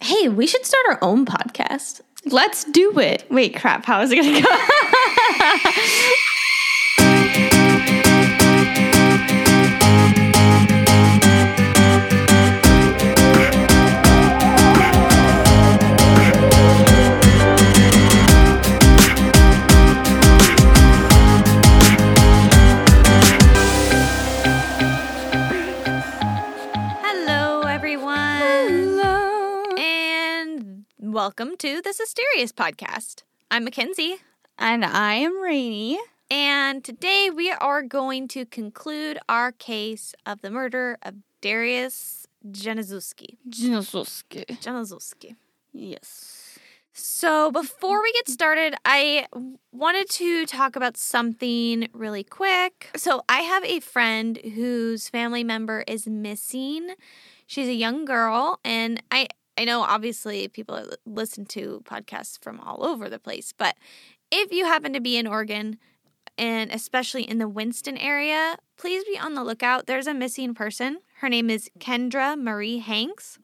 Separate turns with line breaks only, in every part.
Hey, we should start our own podcast.
Let's do it. Wait, crap. How is it going to go?
Hello, everyone. And welcome to the Asterius podcast. I'm Mackenzie.
And I am Rainy.
And today we are going to conclude our case of the murder of Darius Januszewski.
Jinosuke.
Januszewski.
Yes.
So, before we get started, I wanted to talk about something really quick. So, I have a friend whose family member is missing. She's a young girl, and I I know obviously people listen to podcasts from all over the place, but if you happen to be in Oregon and especially in the Winston area, please be on the lookout. There's a missing person. Her name is Kendra Marie Hanks.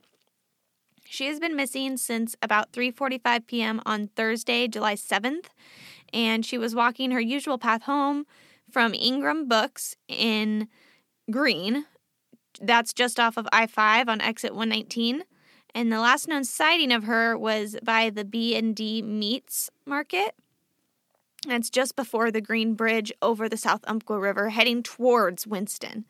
She has been missing since about 3:45 p.m. on Thursday, July 7th, and she was walking her usual path home from Ingram Books in Green. That's just off of I-5 on exit 119. And the last known sighting of her was by the B&D Meats Market. That's just before the Green Bridge over the South Umpqua River heading towards Winston.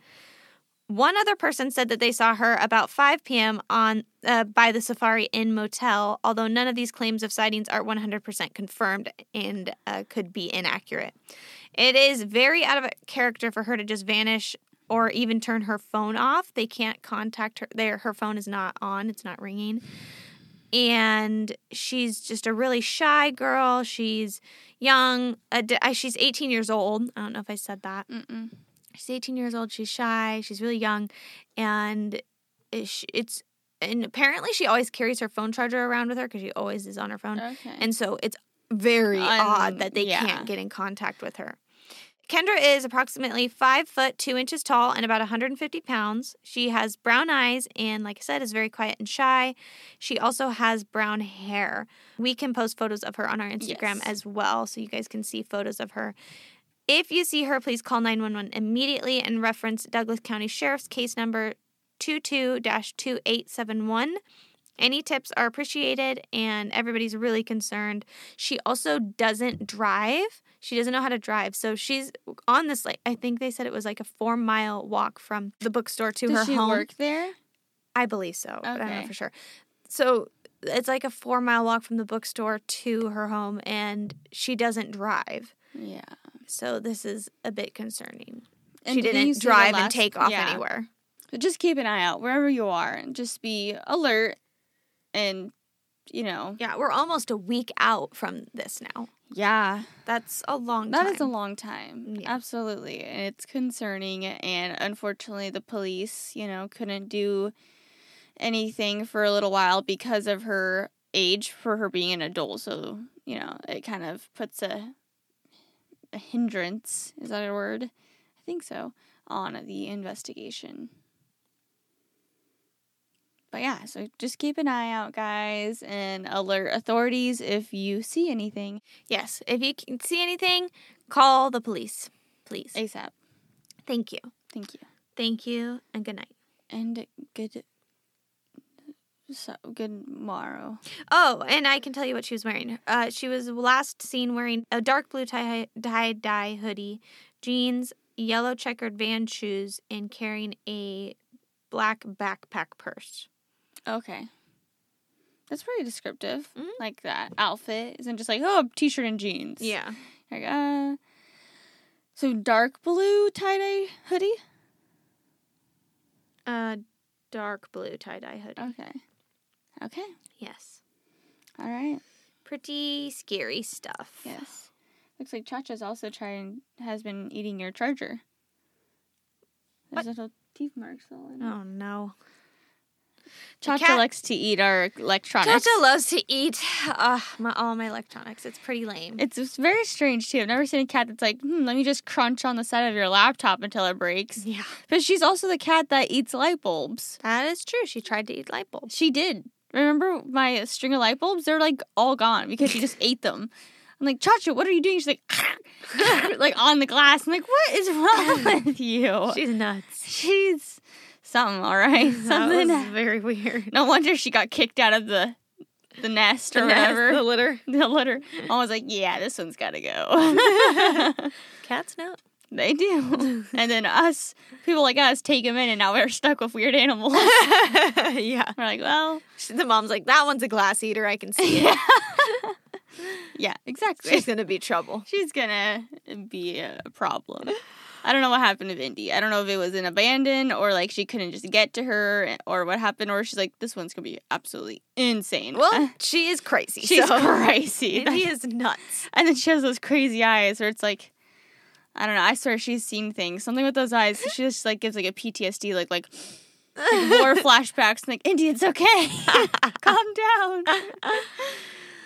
One other person said that they saw her about 5 p.m. on uh, by the Safari Inn Motel, although none of these claims of sightings are 100% confirmed and uh, could be inaccurate. It is very out of character for her to just vanish or even turn her phone off. They can't contact her. Their her phone is not on. It's not ringing. And she's just a really shy girl. She's young. ad- uh, She's 18 years old. I don't know if I said that.
Mm-mm.
She's 18 years old. She's shy. She's really young, and it's it's- and apparently she always carries her phone charger around with her because she always is on her phone.
Okay.
And so it's very
Um,
odd that they
yeah.
can't get in contact with her. Kendra is approximately five foot two inches tall and about 150 pounds. She has brown eyes and, like I said, is very quiet and shy. She also has brown hair. We can post photos of her on our Instagram
Yes.
as well, so you guys can see photos of her. If you see her, please call 911 immediately and reference Douglas County Sheriff's case number 22 2871. Any tips are appreciated, and everybody's really concerned. She also doesn't drive. She doesn't know how to drive. So she's on this, like, I think they said it was like a four mile walk from the bookstore to her
Does she
home.
work there?
I believe so. but I don't know
Okay.
for sure. So it's like a four mile walk from the bookstore to her home, and she doesn't drive.
Yeah.
So this is a bit concerning.
And didn't you
she didn't
see the
drive and
last-
take off
yeah.
anywhere.
But just keep an eye out wherever you are and just be alert and, you know,
Yeah, we're almost a week out from this now.
yeah.
That's a long
That
time.
is a long time.
Yeah.
Absolutely. And it's concerning. And unfortunately, the police, you know, couldn't do anything for a little while because of her age for her being an adult. So, you know, it kind of puts a, a hindrance. Is that a word? I think so. On the investigation. But yeah, so just keep an eye out, guys, and alert authorities if you see anything
Yes. If you can see anything, call the police, please.
ASAP.
Thank you.
Thank you.
Thank you and good night.
and good so good morrow.
Oh, and I can tell you what she was wearing. Uh, she was last seen wearing a dark blue tie dye dye hoodie, jeans, yellow checkered van shoes, and carrying a black backpack purse.
Okay. That's pretty descriptive.
Mhm.
Like that outfit isn't just like oh t-shirt and jeans.
Yeah.
Like uh so dark blue tie-dye hoodie?
Uh, dark blue tie dye hoodie.
Okay. Okay.
Yes.
All right.
Pretty scary stuff.
Yes. Looks like Chacha's also trying has been eating your charger. There's little teeth marks all in. it.
Oh no.
Chacha
cat-
likes to eat our electronics.
Chacha loves to eat uh, my, all my electronics. It's pretty lame.
It's, it's very strange too. I've never seen a cat that's like, hmm, let me just crunch on the side of your laptop until it breaks.
yeah.
But she's also the cat that eats light bulbs.
That is true. She tried to eat light bulbs.
She did. Remember my string of light bulbs? They're like all gone because she just ate them. I'm like, Chacha, what are you doing? She's like, like on the glass. I'm like, what is wrong with you?
She's nuts.
She's something, all right. Something.
Oh. That was very weird.
No wonder she got kicked out of the the nest or
The nest,
whatever.
the litter.
the litter. I was like, yeah, this one's gotta go.
Cats not.
they do. And then us, people like us, take them in, and now we're stuck with weird animals.
yeah.
we're like, well,
The mom's like, that one's a glass eater. I can see it.
yeah, exactly.
She's gonna be trouble.
She's gonna be a problem. I don't know what happened to Indy. I don't know if it was an abandon or like she couldn't just get to her or what happened or she's like, this one's gonna be absolutely insane.
Well, she is Uh, crazy.
she's
so.
crazy.
And he is nuts.
And then she has those crazy eyes where it's like, I don't know. I swear she's seen things. Something with those eyes. She just like gives like a PTSD, like like war flashbacks. And like Indy, it's okay. Calm down.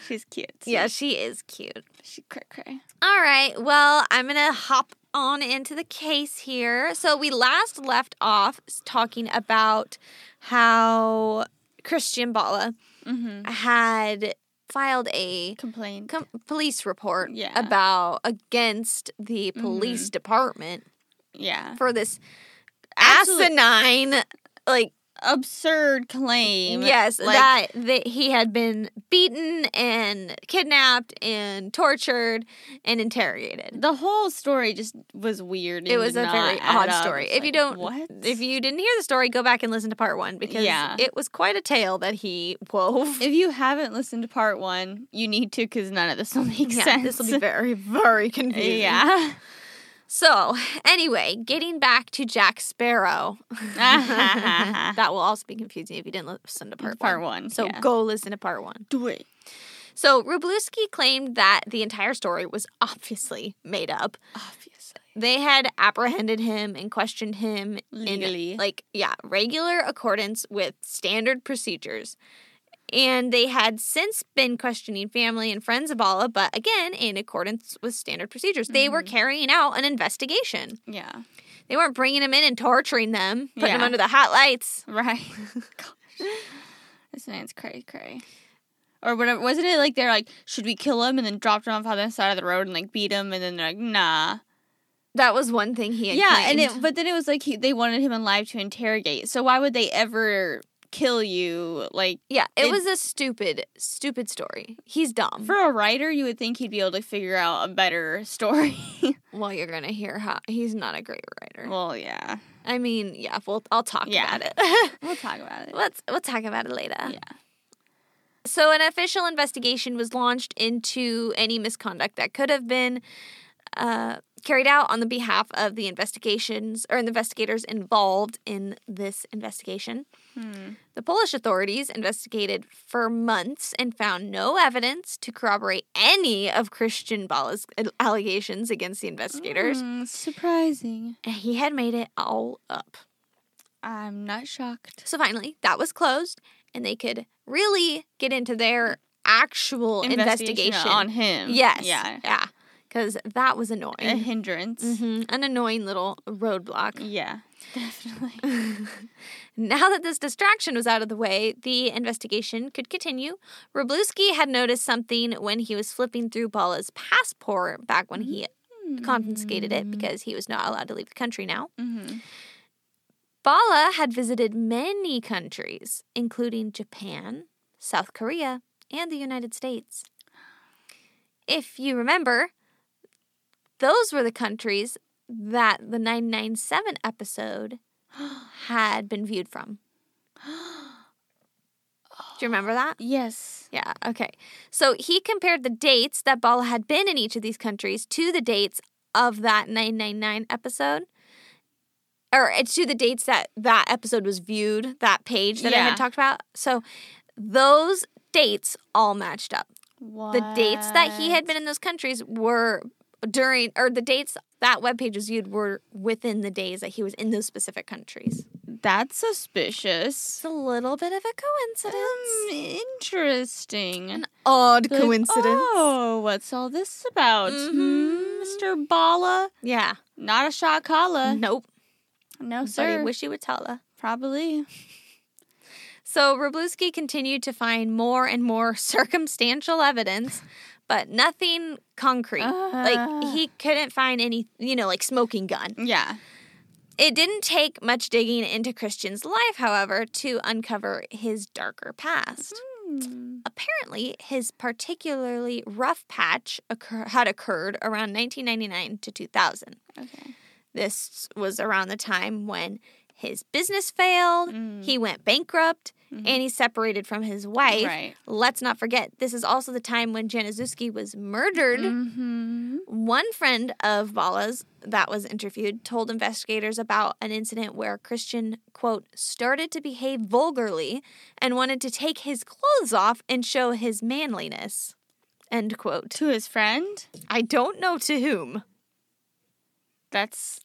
she's cute. so
yeah, she is cute.
she cray cray.
All right. Well, I'm going to hop on into the case here. So, we last left off s- talking about how Christian Bala
Mm-hmm.
had filed a
Complained.
com- police report
Yeah. Mm-hmm.
about against the police department
yeah.
for this
Uh-huh. Absolute-
asinine like
Absurd claim.
yes
Like,
that that he had been beaten and kidnapped and tortured and interrogated
the whole story just was weird.
It
and
was
did
a
not
very
add
odd
up.
story.
It's
If
like,
you don't,
what?
if you didn't hear the story, go back and listen to part one because
Yeah.
it was quite a tale that he wove.
if you haven't listened to part one, you need to because none of this will make
Yeah,
sense.
this will be very, very confusing.
yeah.
So, anyway, getting back to Jack Sparrow, that will also be confusing if you didn't listen to part,
Uh-huh. Part
one.
one.
So
yeah.
go listen to part one.
do it.
So Rubluski claimed that the entire story was obviously made up.
Obviously.
They had apprehended him and questioned him
Legally.
in like yeah, regular accordance with standard procedures. And they had since been questioning family and friends of Bala, but again, in accordance with standard procedures. They were
Mm-hmm.
carrying out an investigation.
Yeah.
They weren't bringing him in and torturing them, putting them
Yeah.
under the hot lights.
Right. Gosh. This man's cray cray. Or whatever. Wasn't it like they're like, should we kill him and then dropped him off on the side of the road and like beat him and then they're like, nah.
That was one thing he had
yeah, and
claimed.
it but then it was like he, they wanted him alive to interrogate. So why would they ever kill you? Like
yeah, it,
it-
was a stupid, stupid story. He's dumb.
for a writer, you would think he'd be able to figure out a better story.
Well, you're gonna hear how he's not a great writer.
well, yeah.
I mean, yeah, we'll I'll talk
Yeah.
about it.
We'll talk about it.
Let's we'll talk about it later.
Yeah.
So an official investigation was launched into any misconduct that could have been uh, carried out on the behalf of the investigations or investigators involved in this investigation.
Hmm.
The Polish authorities investigated for months and found no evidence to corroborate any of Christian Bala's allegations against the investigators.
Hmm, surprising.
And he had made it all up.
I'm not shocked.
So finally, that was closed, and they could really get into their actual investigation.
on him.
yes. Mm-hmm.
Yeah.
Yeah. Because that was
A
annoying.
hindrance.
Mhm, An annoying little roadblock.
Yeah. Definitely.
Now that this distraction was out of the way, the investigation could continue. Robluski had noticed something when he was flipping through Bala's passport back when he
Mm.
confiscated it because he was not allowed to leave the country now.
Mm-hmm.
Bala had visited many countries, including Japan, South Korea, and the United States. If you remember, those were the countries that the 997 episode had been viewed from. Do you remember that?
yes.
Yeah, okay. So he compared the dates that Bala had been in each of these countries to the dates of that 999 episode. Or uh, to the dates that that episode was viewed, that page that I
Yeah.
had talked about. So those dates all matched up.
What?
The dates that he had been in those countries were during, or the dates that webpage was viewed were within the days that he was in those specific countries.
That's suspicious.
It's a little bit of a coincidence.
Um, interesting.
Odd
Like, oh, what's all this about?
Mhm.
Hmm, Mr. Bala?
Yeah.
Not a Shakala.
Nope.
No,
Sorry,
sir.
wish you would tell her.
Probably.
So Robluski continued to find more and more circumstantial evidence, but nothing concrete. like
Ah.
he couldn't find any, you know, like smoking gun.
Yeah.
It didn't take much digging into Christian's life, however, to uncover his darker past.
Mm-hmm. Hmm.
Apparently, his particularly rough patch occur- had occurred around 1999 to 2000.
Okay.
This was around the time when his business failed,
Hmm. Mm.
he went bankrupt, and he separated from his wife.
Mm-hmm. Right.
Let's not forget, this is also the time when Januszewski was murdered.
Mm-hmm.
One friend of Vala's that was interviewed told investigators about an incident where Christian, quote, started to behave vulgarly and wanted to take his clothes off and show his manliness, end quote.
To his friend.
I don't know to whom,
That's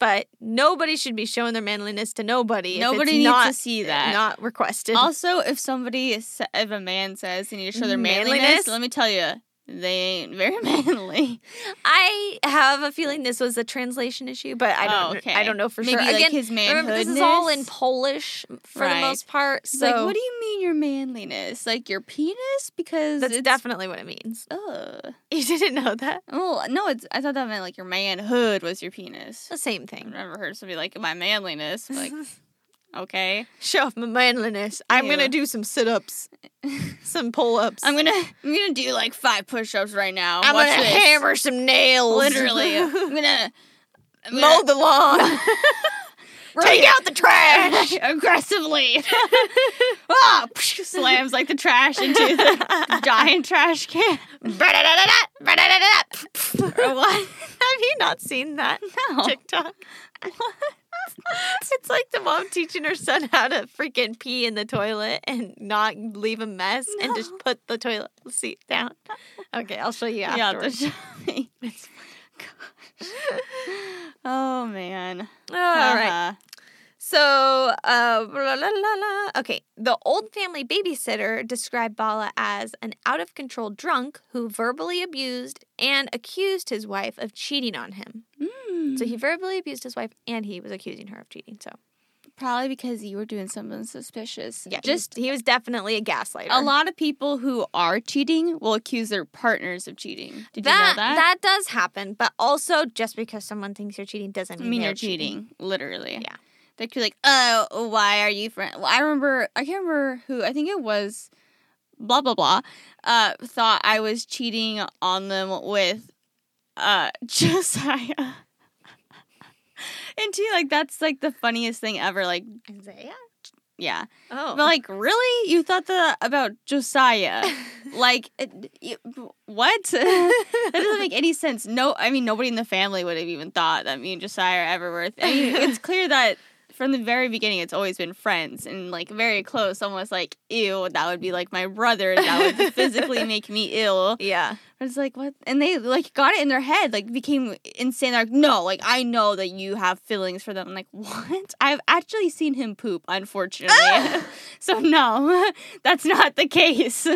but nobody should be showing their manliness to nobody. if
nobody
it's
needs
not,
to see that.
Not requested.
also, if somebody, is, if a man says they need to show their manliness,
Manliness?
let me tell you, they ain't very manly.
I have a feeling this was a translation issue, but I don't.
Oh, okay.
I don't know for
Maybe
sure.
like
Again,
his
remember this is all in
manhoodness?
Polish for
Right.
the most part.
It's
So
like, what do you mean your manliness? Like your penis? Because
that's
it's,
definitely what it means.
Ugh.
You didn't know that?
Well, no, it's. I thought that meant like your manhood was your penis.
The same
I've
thing.
never heard somebody like my manliness. Like, okay,
Show off my manliness. I'm
Ew.
gonna do some sit ups, some pull ups.
I'm gonna I'm gonna do like five push-ups right now.
I'm
Watch
gonna
this.
hammer some nails.
Literally, I'm gonna I'm
mow the lawn. Take out the trash.
gonna- aggressively. ah, psh, slams like the trash into the giant trash can.
Ba-da-da-da-da, ba-da-da-da-da.
Or what?
Have you not seen that?
No.
TikTok. it's like the mom teaching her son how to freaking pee in the toilet and not leave a mess and just
No.
put the toilet seat down. Okay, I'll show you
Yeah, the
afterwards.
shoving. Oh man.
All right.
Uh-huh.
So, uh, la, la, la, la. okay. The old family babysitter described Bala as an out of control drunk who verbally abused and accused his wife of cheating on him.
Mm.
So he verbally abused his wife and he was accusing her of cheating. So
Probably because you were doing something suspicious.
yeah,
Just
just he was definitely a gaslighter.
a lot of people who are cheating will accuse their partners of cheating. Did you know that?
that does happen, but also just because someone thinks you're cheating doesn't
I
mean,
mean,
they're
you're cheating, literally.
Yeah.
They could be like, oh, why are you friend? Well, I remember, I can't remember who, I think it was blah, blah, blah, uh, thought I was cheating on them with uh, Josiah. and too, like, that's like the funniest thing ever. Like,
Isaiah?
yeah.
Oh.
But like, really? You thought that about Josiah? like, it, you- what? that doesn't make any sense. No, I mean, nobody in the family would have even thought that me and Josiah are ever worth. I mean, it's clear that from the very beginning, it's always been friends and like very close. Almost like, ew, that would be like my brother. That would physically make me ill.
yeah.
It's like what, and they like got it in their head, like became insane. They're like, no, like I know that you have feelings for them. I'm like, what? I've actually seen him poop, unfortunately. so no, that's not the case.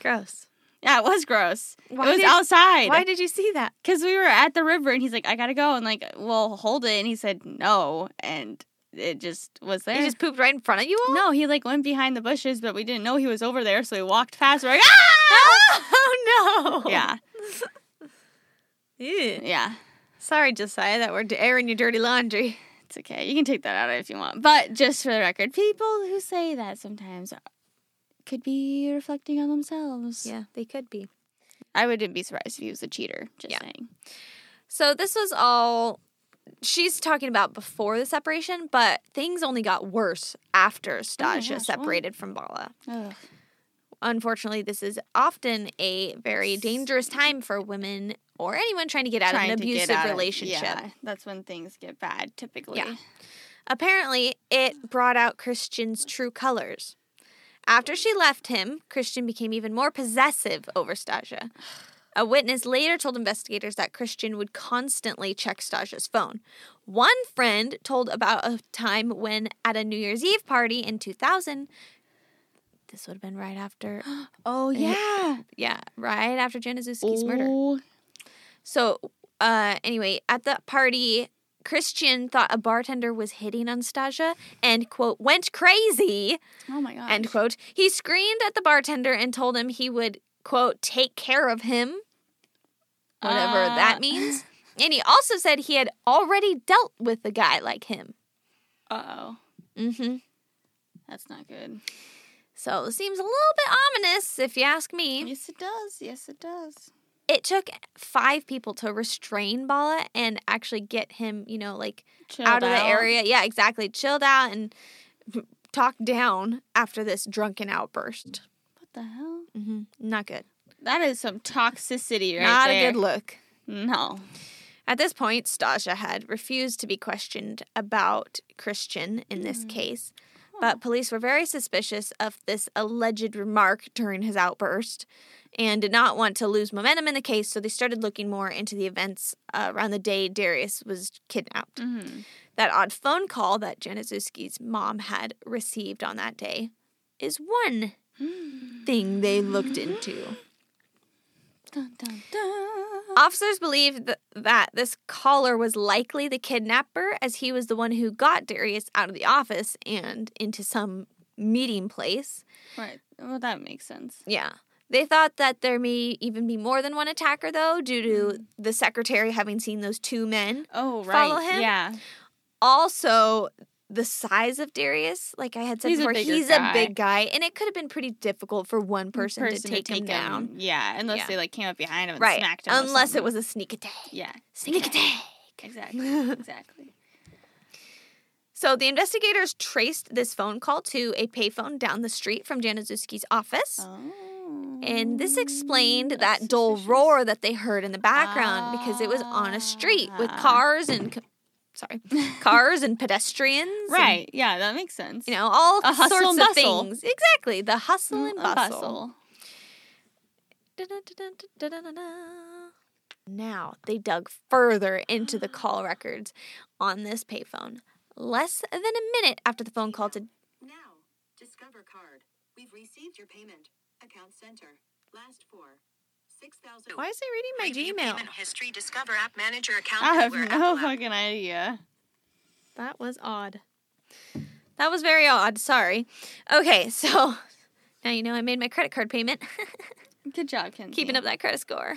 Gross.
Yeah, it was gross.
Why
it was
did- Why
outside
did you see that?
because we were at the river, and he's like, I gotta go, and like, well, hold it, and he said no, and it just was there.
He just pooped right in front of you all?
no, he like went behind the bushes, but we didn't know he was over there, so we walked past. We're like,
oh no.
ah, yeah,
Ew.
yeah.
Sorry, Josiah, that we're airing your dirty laundry.
It's okay. You can take that out if you want. But just for the record, people who say that sometimes could be reflecting on themselves.
Yeah, they could be.
I wouldn't be surprised if he was a cheater. Just
Yeah.
saying.
So this was all she's talking about before the separation, but things only got worse after Stasia
gosh, what?
separated from Bala.
Ugh.
unfortunately, this is often a very dangerous time for women or anyone trying to get out
Trying
of
to
an
get
abusive
out of-
relationship.
yeah, that's when things get bad typically.
Yeah. Apparently, it brought out Christian's true colors. After she left him, Christian became even more possessive over Stasia. A witness later told investigators that Christian would constantly check Stasia's phone. One friend told about a time when, at a New Year's Eve party in 2000, this would have been right after,
Oh yeah.
yeah, Oh right after Januszewski's murder.
Oh,
So, uh, anyway, at the party, Christian thought a bartender was hitting on Stasia and, quote, went crazy,
Oh my god.
end quote. He screamed at the bartender and told him he would, quote, take care of him, whatever
Uh,
that means. And he also said he had already dealt with a guy like him.
Uh oh.
hmm
That's not good.
So it seems a little bit ominous, if you ask me.
Yes, it does. Yes, it does.
It took five people to restrain Bala and actually get him, you know, like
Chilled
out of the area. Yeah, exactly. Chilled out and talked down after this drunken outburst.
What the hell?
hmm Not good.
That is some toxicity right
Not
there.
a good look.
No.
At this point, Stasha had refused to be questioned about Christian in this
Hmm.
case, but police were very suspicious of this alleged remark during his outburst and did not want to lose momentum in the case, so they started looking more into the events uh, around the day Darius was kidnapped.
Mm-hmm.
That odd phone call that Januszewski's mom had received on that day is one thing they looked into.
Dun, dun, dun.
Officers believed th- that this caller was likely the kidnapper, as he was the one who got Darius out of the office and into some meeting place.
Right. Well, that makes sense.
Yeah. They thought that there may even be more than one attacker, though, due to the secretary having seen those two men.
Oh, right.
Follow him?
Yeah.
Also, the size of Darius, like I had said
He's a
before,
bigger
he's
guy.
a big guy, and it could have been pretty difficult for one person, to take, him, down.
Yeah, unless
Yeah.
they like came up behind him and
Right.
smacked him. or
Unless
something.
it was a sneak attack.
Yeah.
Sneak attack.
Exactly. exactly.
So the investigators traced this phone call to a payphone down the street from Januszewski's office.
Oh.
And this explained
That's
that dull
suspicious.
roar that they heard in the background because it was on a street with
Ah.
cars and c- sorry, cars and pedestrians. and,
Right. Yeah, that makes sense.
you know, all
A hustle
sorts
and
of
bustle.
things. Exactly. The hustle
Mm,
and
a
bustle. Da-da-da-da-da-da-da-da. Now they dug further into the call records on this payphone. Less than a minute after the phone call to
Now, Discover card. We've received your payment. Account center. Last four. 6,000.
Why is it reading
Preview
my Gmail?
Payment history. Discover app manager account.
I have
Where
no
Apple app-
fucking idea.
That was odd. That was very odd. Sorry. Okay, so now you know I made my credit card payment.
Good job, Kenzie.
Keeping up that credit score.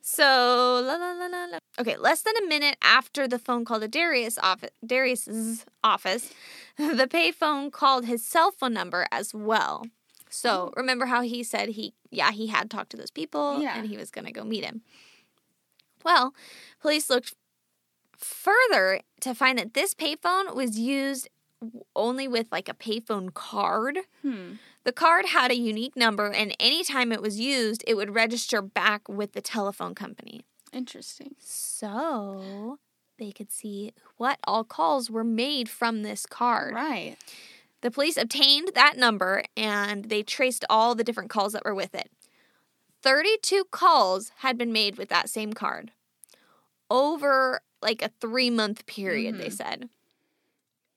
So, la la la la la. Okay, less than a minute after the phone call to Darius office, Darius's office, the payphone called his cell phone number as well. So, remember how he said he, yeah, he had talked to those people
Yeah.
and he was going to go meet him. Well, police looked further to find that this payphone was used w- only with like a payphone card.
Hmm.
The card had a unique number, and anytime it was used, it would register back with the telephone company.
Interesting.
So they could see what all calls were made from this card.
Right.
The police obtained that number and they traced all the different calls that were with it. 32 calls had been made with that same card over like a three month period, they said.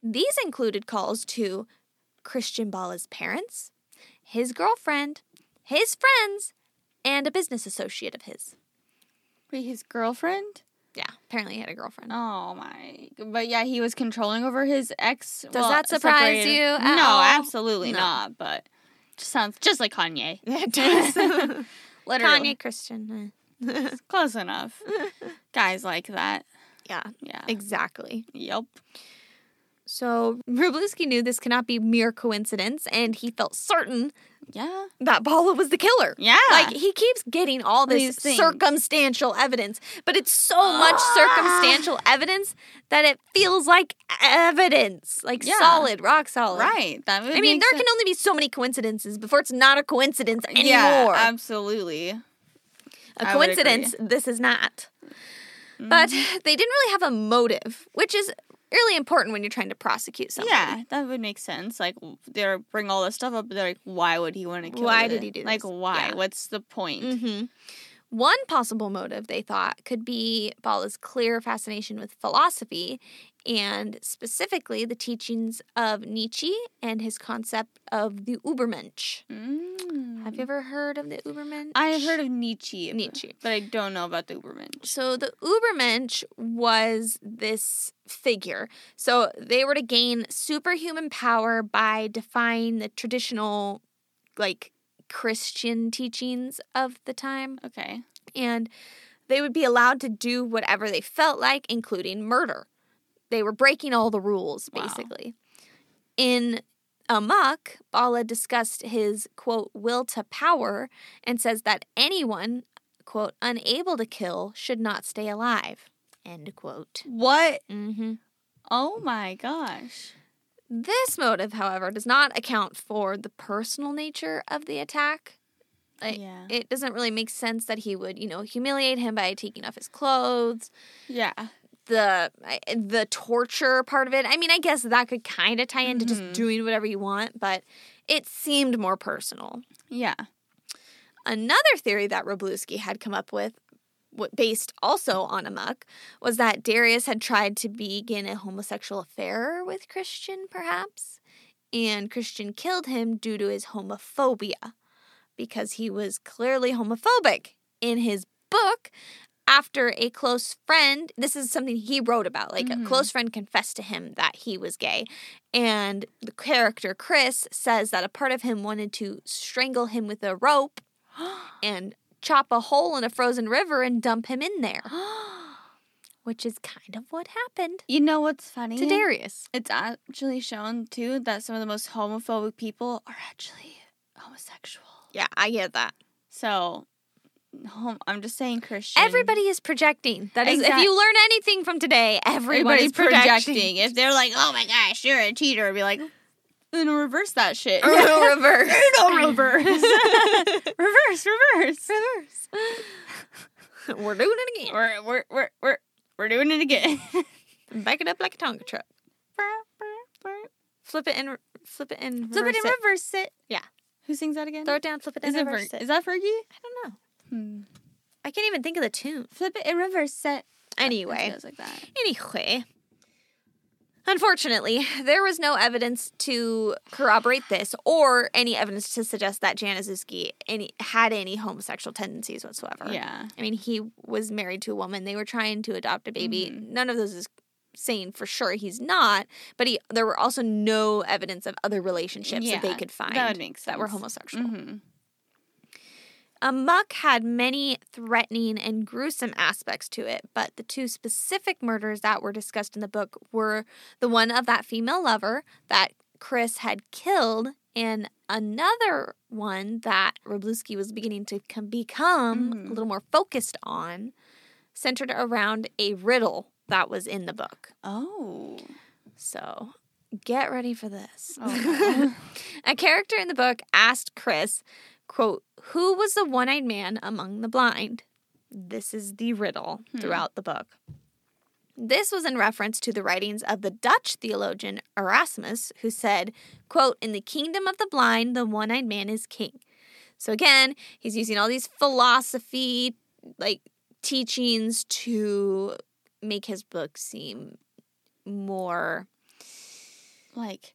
These included calls to Christian Bala's parents, his girlfriend, his friends, and a business associate of his.
Wait, his girlfriend?
Yeah, apparently he had a girlfriend.
Oh my! But yeah, he was controlling over his ex. Does
that surprise you at
no,
all?
absolutely
No.
not. But just sounds just like Kanye.
It does.
Literally,
Kanye Christian. eh.
Kanye. close enough. Guys like that.
Yeah,
Yeah.
exactly.
Yep.
So Rubleski knew this cannot be mere coincidence, and he felt certain
Yeah.
that Paula was the killer.
Yeah.
Like he keeps getting all
These
this
things. Ah.
circumstantial evidence, but it's so much circumstantial evidence that it feels like evidence, like
Yeah.
solid, rock solid.
right. That would
I mean,
make
there
sense.
can only be so many coincidences before it's not a coincidence anymore.
Yeah, absolutely.
a
I would agree. Mm-hmm.
coincidence this is not but they didn't really have a motive which is really important when you're trying to prosecute something
Yeah, that would make sense. Like they bring all this stuff up, but they're like, why would he want to kill?
Why
the-
did he do
Like,
this?
why?
Yeah.
What's the point?
hmm One possible motive they thought could be Bala's clear fascination with philosophy and specifically the teachings of Nietzsche and his concept of the Ubermensch.
Mm.
Mm-hmm. Have you ever heard of the Ubermensch?
I have heard of Nietzsche.
Nietzsche.
But I don't know about the Uberman.
So the Ubermensch was this figure. So they were to gain superhuman power by defying the traditional, like, Christian teachings of the time.
Okay.
And they would be allowed to do whatever they felt like, including murder. They were breaking all the rules,
Wow.
basically. In Amok, Bala discussed his, quote, will to power and says that anyone, quote, unable to kill should not stay alive, end quote.
What?
hmm
Oh my gosh.
This motive, however, does not account for the personal nature of the attack. Like,
yeah.
It doesn't really make sense that he would, you know, humiliate him by taking off his clothes.
Yeah.
The I- the torture part of it. I mean, I guess that could kind of tie into
Mhm.
just doing whatever you want, but it seemed more personal.
Yeah.
Another theory that Robluski had come up with, wa- based also on Amok, was that Darius had tried to begin a homosexual affair with Christian, perhaps, and Christian killed him due to his homophobia because he was clearly homophobic in his book. After a close friend, this is something he wrote about. Like
Mhm.
a close friend confessed to him that he was gay. And the character Chris says that a part of him wanted to strangle him with a rope and chop a hole in a frozen river and dump him in there, which is kind of what happened
you know what's funny?
to Darius.
It's actually shown too that some of the most homophobic people are actually homosexual.
Yeah, I get that.
So, hom- I'm just saying Christian.
Everybody is projecting. That is,
Exact-
if you learn anything from today, everyone
Everybody's
is projecting.
projecting. If they're like, "Oh my gosh, you're a cheater," I'd be like, "Then reverse that shit."
Or reverse.
No, reverse. reverse, reverse.
reverse. We're doing it again.
We're we're we're we're, we're doing it again.
Back it up like a Tonka truck. Flip it and flip it and
Flip it
reverse
and reverse it. Yeah. Who sings that again?
Throw it down. Flip it
Is
and
it Fer-
reverse it.
is that Fergie?
I don't know.
Hmm.
I can't even think of the tune.
Flip it and reverse it. It
Anyway.
goes like that.
Anyway. Unfortunately, there was no evidence to corroborate this or any evidence to suggest that Jan Azuski any, had any homosexual tendencies whatsoever.
Yeah.
I mean, he was married to a woman. They were trying to adopt a baby.
Mhm.
None of those is saying for sure he's not, but he there were also no evidence of other relationships that they
Yeah,
could find
that would make sense.
that were homosexual.
Mhm.
Amok had many threatening and gruesome aspects to it, but the two specific murders that were discussed in the book were the one of that female lover that Chris had killed and another one that Robluski was beginning to com- become
Mhm.
a little more focused on, centered around a riddle that was in the book.
Oh.
So get ready for this.
Oh.
a character in the book asked Chris, quote, who was the one eyed man among the blind? This is the riddle
Hmm.
throughout the book. This was in reference to the writings of the Dutch theologian Erasmus, who said, quote, In the kingdom of the blind, the one eyed man is king. So again, he's using all these philosophy like teachings to make his book seem more
like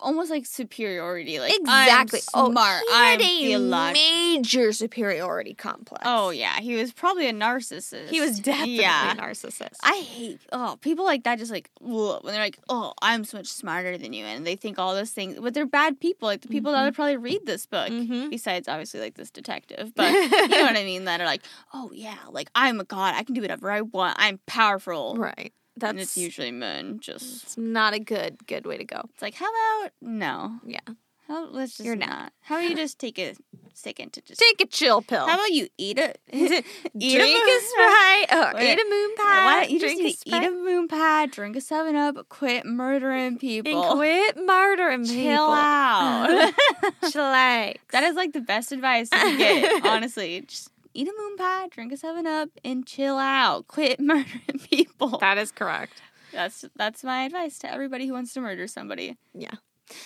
almost like superiority. Like
Exactly.
I'm smart.
Oh, he
I'm
had a
theological.
major superiority complex.
Oh yeah, he was probably a narcissist.
he was definitely
Yeah.
a narcissist.
I hate oh people like that just like ugh, when they're like oh I'm so much smarter than you and they think all those things but they're bad people like the people that would probably read this book
Mhm.
besides obviously like this detective but you know what I mean that are like oh yeah like I'm a god I can do whatever I want I'm powerful
right.
and it's
That's
usually men just
it's not a good good way to go.
it's like how about no
Yeah.
how let's just
You're
not.
not.
how about you just take a second to just
Take a chill pill.
how about you eat it eat
Drink a Sprite. Oh,
Wait.
eat a moon pie.
Why don't you just
drink
need to eat a moon pie, drink a Seven Up, quit murdering people,
and quit murdering
chill
people.
out.
Chillax.
that is like the best advice you can get, honestly. Just eat a moon pie, drink a Seven Up, and chill out. Quit murdering people.
that is correct.
That's that's my advice to everybody who wants to murder somebody.
Yeah.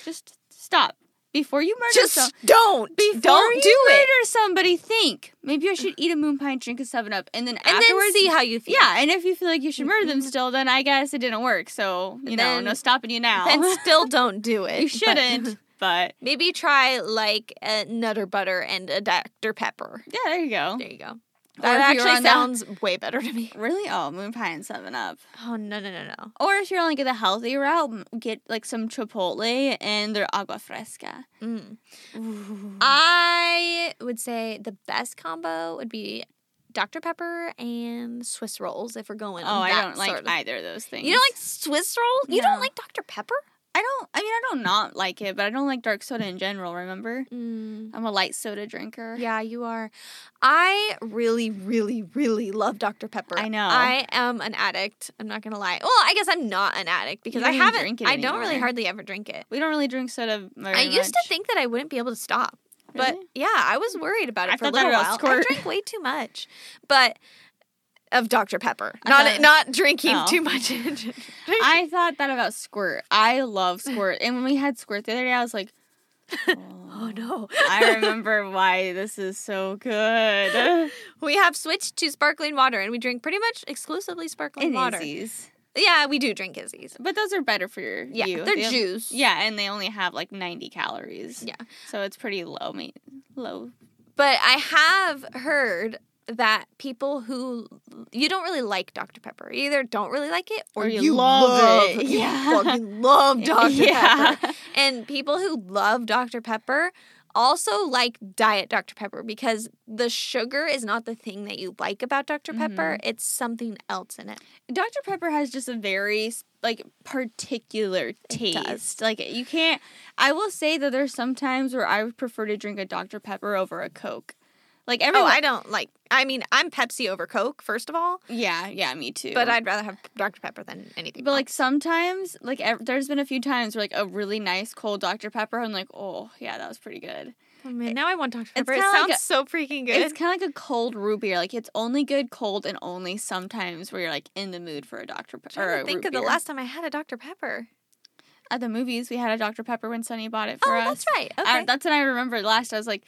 just stop before you murder.
Just
some-
don't.
before
don't
you
do
murder
it.
somebody, think maybe I should eat a moon pie and drink a Seven Up, and then
And
afterwards
then see how you feel.
Yeah, and if you feel like you should murder them still, Mm-hmm. then I guess it didn't work. So you know,
Then-
no stopping you now.
And still don't do it.
you
but-
shouldn't. but
Maybe try like a Nutter Butter and a Dr. Pepper.
yeah, there you go.
There you go.
Oh. Or
That
if you're
actually
on the-
sounds way better to me.
Really? Oh, moon pie and seven up.
Oh, no, no, no, no.
Or if you're only get the healthy route, m- get like some Chipotle and their agua fresca.
Mm. I would say the best combo would be Dr. Pepper and Swiss rolls if we're going.
oh, I
that
don't like
sort of-
either of those things.
You don't like Swiss roll? You don't
No.
like Dr. Pepper?
I don't. I mean, I don't not like it, but I don't like dark soda in general. Remember,
Mm.
I'm a light soda drinker.
Yeah, you are. I really, really, really love Dr. Pepper.
I know.
I am an addict. I'm not gonna lie. Well, I guess I'm not an addict because
You
I
don't even
haven't.
drink it
I don't really
anymore.
hardly ever drink it.
We don't really drink soda. Very
I used to
much.
think that I wouldn't be able to stop, but
Really?
yeah, I was worried about it
I
for a
thought that
little
about
while.
Squirt.
I drank way too much, but of Dr. Pepper,
I
not
thought-
not drinking
Oh.
too much. I
I thought that about Squirt. I love Squirt, and when we had Squirt the other day, I was like,
oh no,
I remember why this is so good.
we have switched to sparkling water, and we drink pretty much exclusively sparkling
And
water.
Izzy's.
Yeah, we do drink Izzy's.
but those are better for your
Yeah,
you.
they're
They-
juice.
Yeah, and they only have like 90 calories.
Yeah.
so it's pretty low. ma- Low.
But I have heard that people who you don't really like Dr. Pepper you either don't really like it or,
Or
Oh, you,
you
love
love it.
you
Yeah.
fucking love Dr.
Yeah.
Pepper. And people who love Dr. Pepper also like diet Dr. Pepper because the sugar is not the thing that you like about doctor Pepper. It's something else in it.
Dr. Pepper has just a very like particular
It does.
taste. Like you can't. I will say that there's some times where I would prefer to drink a Dr. Pepper over a Coke. Like
Oh,
everyone.
I don't like. I mean, I'm Pepsi over Coke, first of all,
yeah, yeah, me too.
but I'd rather have Dr. Pepper than anything.
But
else.
like sometimes, like ev- there's been a few times where like a really nice cold Dr Pepper, I'm like, oh yeah, that was pretty good.
oh, man, now I want Dr. Pepper. It
kinda
sounds
like a-
so freaking good.
It's kind of like a cold root beer. Like it's only good cold and only sometimes where you're like in the mood for a Dr Pepper.
trying
Or
to
a
think
root
of the
beer.
last time I had a Dr. Pepper.
at the movies we had a Dr Pepper when Sunny bought it
oh,
for us.
that's right.
I-
Okay.
that's when I remembered last. I was like,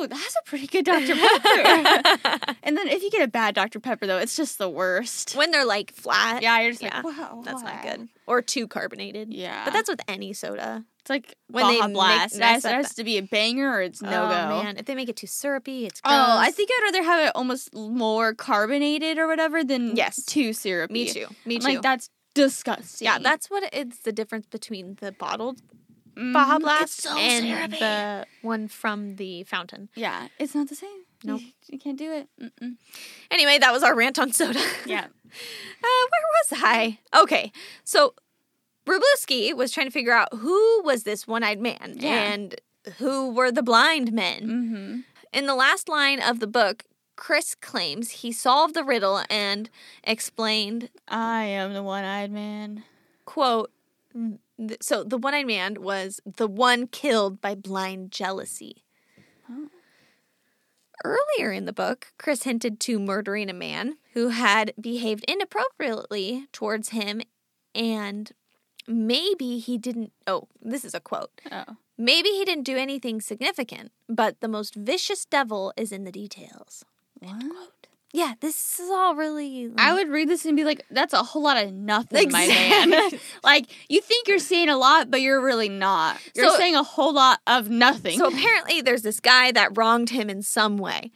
ooh, that's a pretty good Dr Pepper. and then if you get a bad Dr Pepper though, it's just the worst.
when they're like flat.
yeah, you're just
Yeah.
like, wow,
That's not
why?"
good. Or too carbonated.
Yeah,
But that's with any soda.
it's like
when they
Baja
make-
blast. It
mess
has- it
up
has to be a banger or it's no
oh,
go.
man. If they make it too syrupy, it's gross.
Oh, I think I'd rather have it almost more carbonated or whatever than
Yes.
too syrupy.
Me too. Me
I'm
too.
Like that's disgusting.
yeah, that's what it's the difference between the bottled
Mhm.
Baja
It's
Blast
so
and
syrupy.
the one from the fountain.
yeah, it's not the same.
Nope.
you, you can't do it. Mm. Mm-mm.
Anyway, that was our rant on soda.
Yeah,
Uh, where was I? Okay, so Rubluski was trying to figure out who was this one-eyed man
Yeah.
and who were the blind men.
mm-hmm.
In the last line of the book, Chris claims he solved the riddle and explained,
I am the one-eyed man.
quote, th- so the one-eyed man was the one killed by blind jealousy.
Oh.
Earlier in the book, Chris hinted to murdering a man who had behaved inappropriately towards him and maybe he didn't oh, this is a quote.
Oh,
Maybe he didn't do anything significant, but the most vicious devil is in the details.
what?
Yeah, this is all really.
I would read this and be like, "That's a whole lot of nothing, my
Exactly.
man." like you think you're saying a lot, but you're really not. You're
So-
saying a whole lot of nothing.
So apparently, there's this guy that wronged him in some way,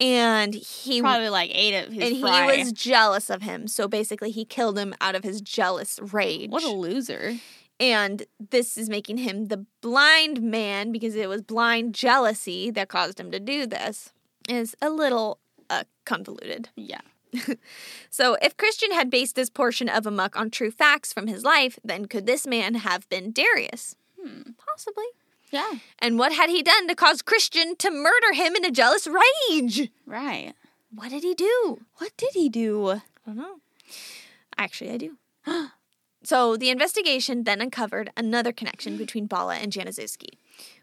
and he
probably like eight of his
and he
fry.
was jealous of him. So basically, he killed him out of his jealous rage.
what a loser.
and this is making him the blind man because it was blind jealousy that caused him to do this. Is a little uh, convoluted.
Yeah.
So, if Christian had based this portion of Amok on true facts from his life, then could this man have been Darius?
Hmm.
Possibly.
Yeah.
And what had he done to cause Christian to murder him in a jealous rage?
Right.
What did he do?
What did he do?
I don't know. Actually, I do. so the investigation then uncovered another connection between Bala and Januszewski.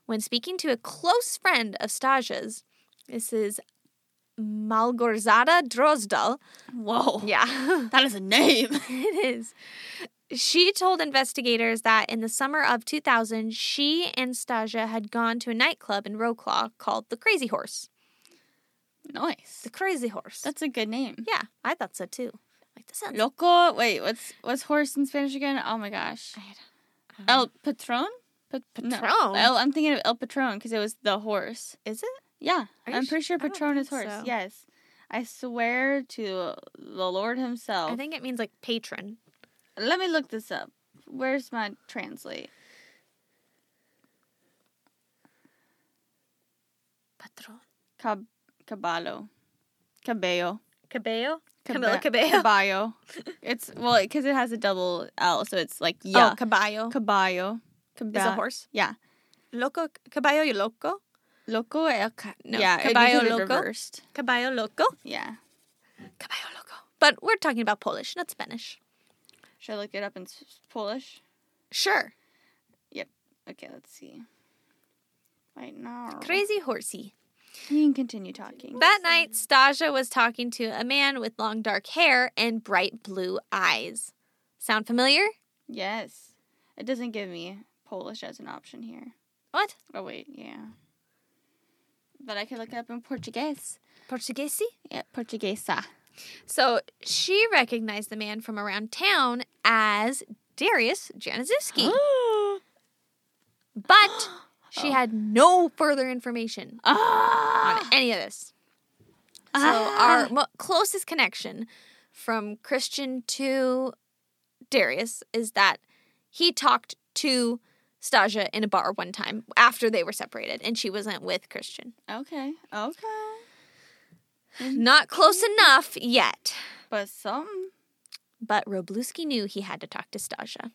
When speaking to a close friend of Staja's, this is Malgorzata Drozdal.
Whoa.
Yeah.
That is a name.
It is. She told investigators that in the summer of 2000, she and Stasia had gone to a nightclub in Roclaw called the Crazy Horse.
nice.
The Crazy Horse.
That's a good name.
yeah, I thought so too. Like the sounds.
Loco. Wait, what's what's horse in Spanish again? Oh my gosh.
I don't- I don't know.
El patron? But
Patron?
El, I'm thinking of El Patron because it was the horse.
Is it?
Yeah,
Are you
I'm
sh-
pretty sure
I don't
Patron is
think
horse.
so.
Yes, I swear to the Lord Himself.
I think it means like patron.
Let me look this up. Where's my translate?
Patron.
Cab- Caballo, Cabello,
Cabello? Camila
Caba-
Cabello.
Caballo. it's well because it has a double L, so it's like
Yeah.
yeah,
Oh, caballo.
Caballo, Caba-
is a horse.
Yeah,
Loco. Caballo y loco.
loco el ca-
No,
yeah, it-
caballo
because it
loco.
reversed.
Caballo loco.
Yeah,
Caballo loco. But we're talking about Polish, not Spanish.
should I look it up in s- Polish?
Sure.
Okay, let's see. Right now,
Crazy horsey.
You can continue talking.
That night, Stasia was talking to a man with long dark hair and bright blue eyes. Sound familiar?
Yes, it doesn't give me Polish as an option here.
What?
Oh wait, yeah. But I could look it up in Portuguese.
Portuguese?
Yeah, Portuguesa.
So she recognized the man from around town as Darius Januszewski, but she had no further information on
ah!
any of this. So
Ah.
our mo- closest connection from Christian to Darius is that he talked to Stasia in a bar one time after they were separated, and she wasn't with Christian.
Okay, okay.
Not close enough yet,
But some
but Robluski knew he had to talk to Stasia.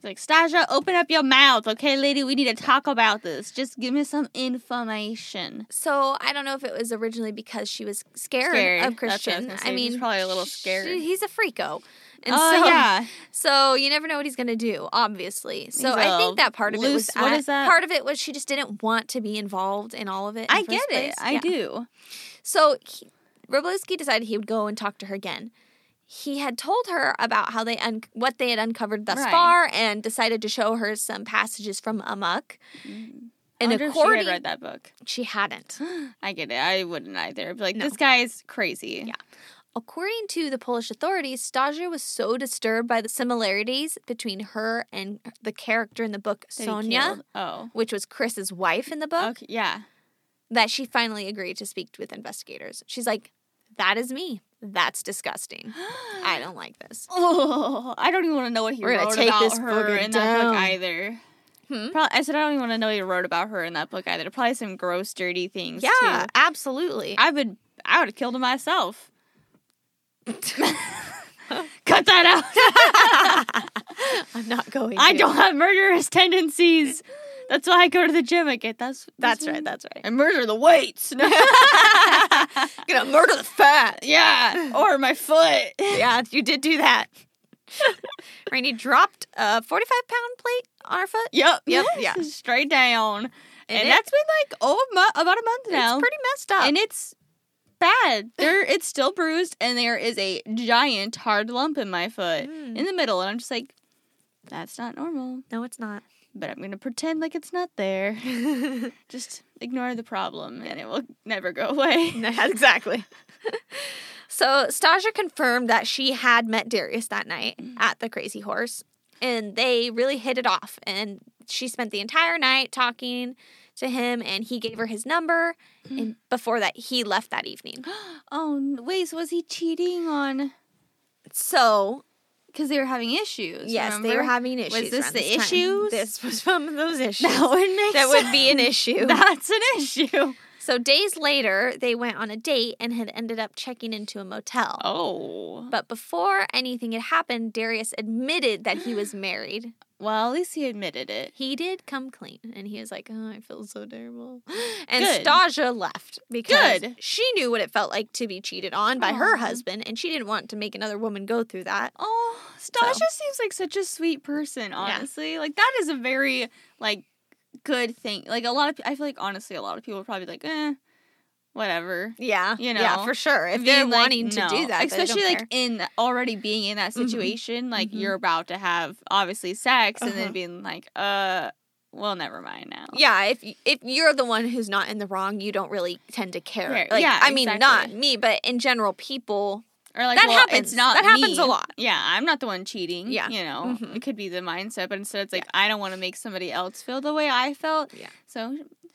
it's like Stasia, open up your mouth, okay, lady. We need to talk about this. Just give me some information.
So I don't know if it was originally because she was scared
Scared.
of
That's what I was
Christian.
gonna
I,
say. He was
mean,
probably a little
she-
scared.
he's a freako, and
oh
so
yeah,
so you never know what he's gonna do. Obviously, so
He's
I
a
think that part of it was
loose- what
I-
is that?
part of it was she just didn't want to be involved in all of it. in
I
the
get
first place.
it. I
Yeah.
do.
So he, Robleski decided he would go and talk to her again. He had told her about how they un- what they had uncovered thus
Right.
far, and decided to show her some passages from Amok.
Mm. I
And
wonder if
according
she had read that book.
she hadn't.
I get it. I wouldn't either. I'd be like,
No.
this guy's crazy.
Yeah. According to the Polish authorities, Stasia was so disturbed by the similarities between her and the character in the book
That he
Sonia,
killed. Oh.
which was Chris's wife in the book,
Okay. Yeah.
that she finally agreed to speak with investigators. She's like, "That is me. That's disgusting. I don't like this."
Oh, I don't even want to know what he
We're gonna
wrote
take
about
this
her
booger
in that
down.
book either.
Hmm?
Prob- I said I don't even want to know what he wrote about her in that book either. Probably some gross, dirty things.
Yeah,
too.
absolutely.
I would. I would have killed him myself. Cut that out.
I'm not going.
I
to.
don't have murderous tendencies. That's why I go to the gym. I get that's
That's right. That's right.
I murder the weights.
I'm gonna murder the fat.
yeah, or my foot.
yeah, you did do that. Rainey dropped a 45 pound plate on her foot.
Yep.
Yep, yeah.
Straight down. And,
it-
that's been like oh mu- about a month now.
It's pretty messed up.
and it's bad. There it's still bruised and there is a giant hard lump in my foot
Mm.
in the middle and I'm just like that's not normal,
no, it's not.
but I'm going to pretend like it's not there. just ignore the problem and it will never go away.
exactly. so Stasia confirmed that she had met Darius that night at the Crazy Horse, and they really hit it off. And she spent the entire night talking to him, and he gave her his number.
Mm-hmm.
And before that, he left that evening.
Oh, n- wait, so was he cheating on
So
cuz they were having issues?
yes, they were
remember?
having issues.
this
around
the
time.
issues?
This was one of those issues.
That would make
That would
sense.
be an issue.
That's an issue.
so days later, they went on a date and had ended up checking into a motel.
Oh.
But before anything had happened, Darius admitted that he was married.
Well, at least he admitted it.
He did come clean and he was like, oh, I feel so terrible. And
Good.
Stasia left because
Good.
she knew what it felt like to be cheated on by her
Aw.
husband and she didn't want to make another woman go through that.
Oh, Stasha seems like such a sweet person, honestly. Like that is a very like good thing. Like a lot of pe- I feel like honestly a lot of people are probably like, "Eh, whatever."
Yeah.
You
Yeah,
know,
for sure. If
Being
they're
like,
wanting to do
no.
that, they don't
especially like
care. Mm-hmm.
in th- already being in that situation, like
Mhm.
you're about to have obviously sex and
Uh-huh.
then being like, "Uh, well, never mind now."
yeah, if y- if you're the one who's not in the wrong, you don't really tend to care.
Care.
Like,
Yeah,
I mean, not
exactly.
me, but in general, people
Or like
That
well,
happens.
It's not
That happens
me.
a lot.
Yeah, I'm not the one cheating.
Yeah.
you know,
Mhm.
it could be the mindset, but instead it's like I don't want to make somebody else feel the way I felt.
Yeah.
So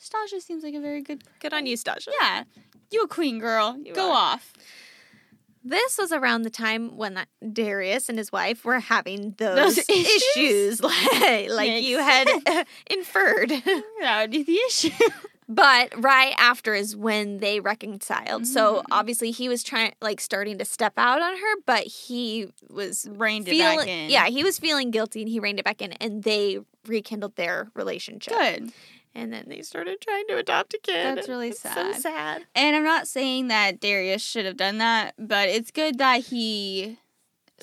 Stasha seems like a very good.
Good on you, Stasha.
Yeah, you a queen girl. Go
are.
off.
This was around the time when that- Darius and his wife were having those,
Those
issues,
issues?
like, like you had
Yikes.
uh, inferred.
That would be the issue.
But right after is when they reconciled. So obviously he was trying, like, starting to step out on her, but he was
Reined it
feeling,
back in.
yeah, he was feeling guilty, and he reined it back in, and they rekindled their relationship.
good.
And then they started trying to adopt a kid.
That's really
It's So
sad.
sad.
And I'm not saying that Darius should have done that, but it's good that he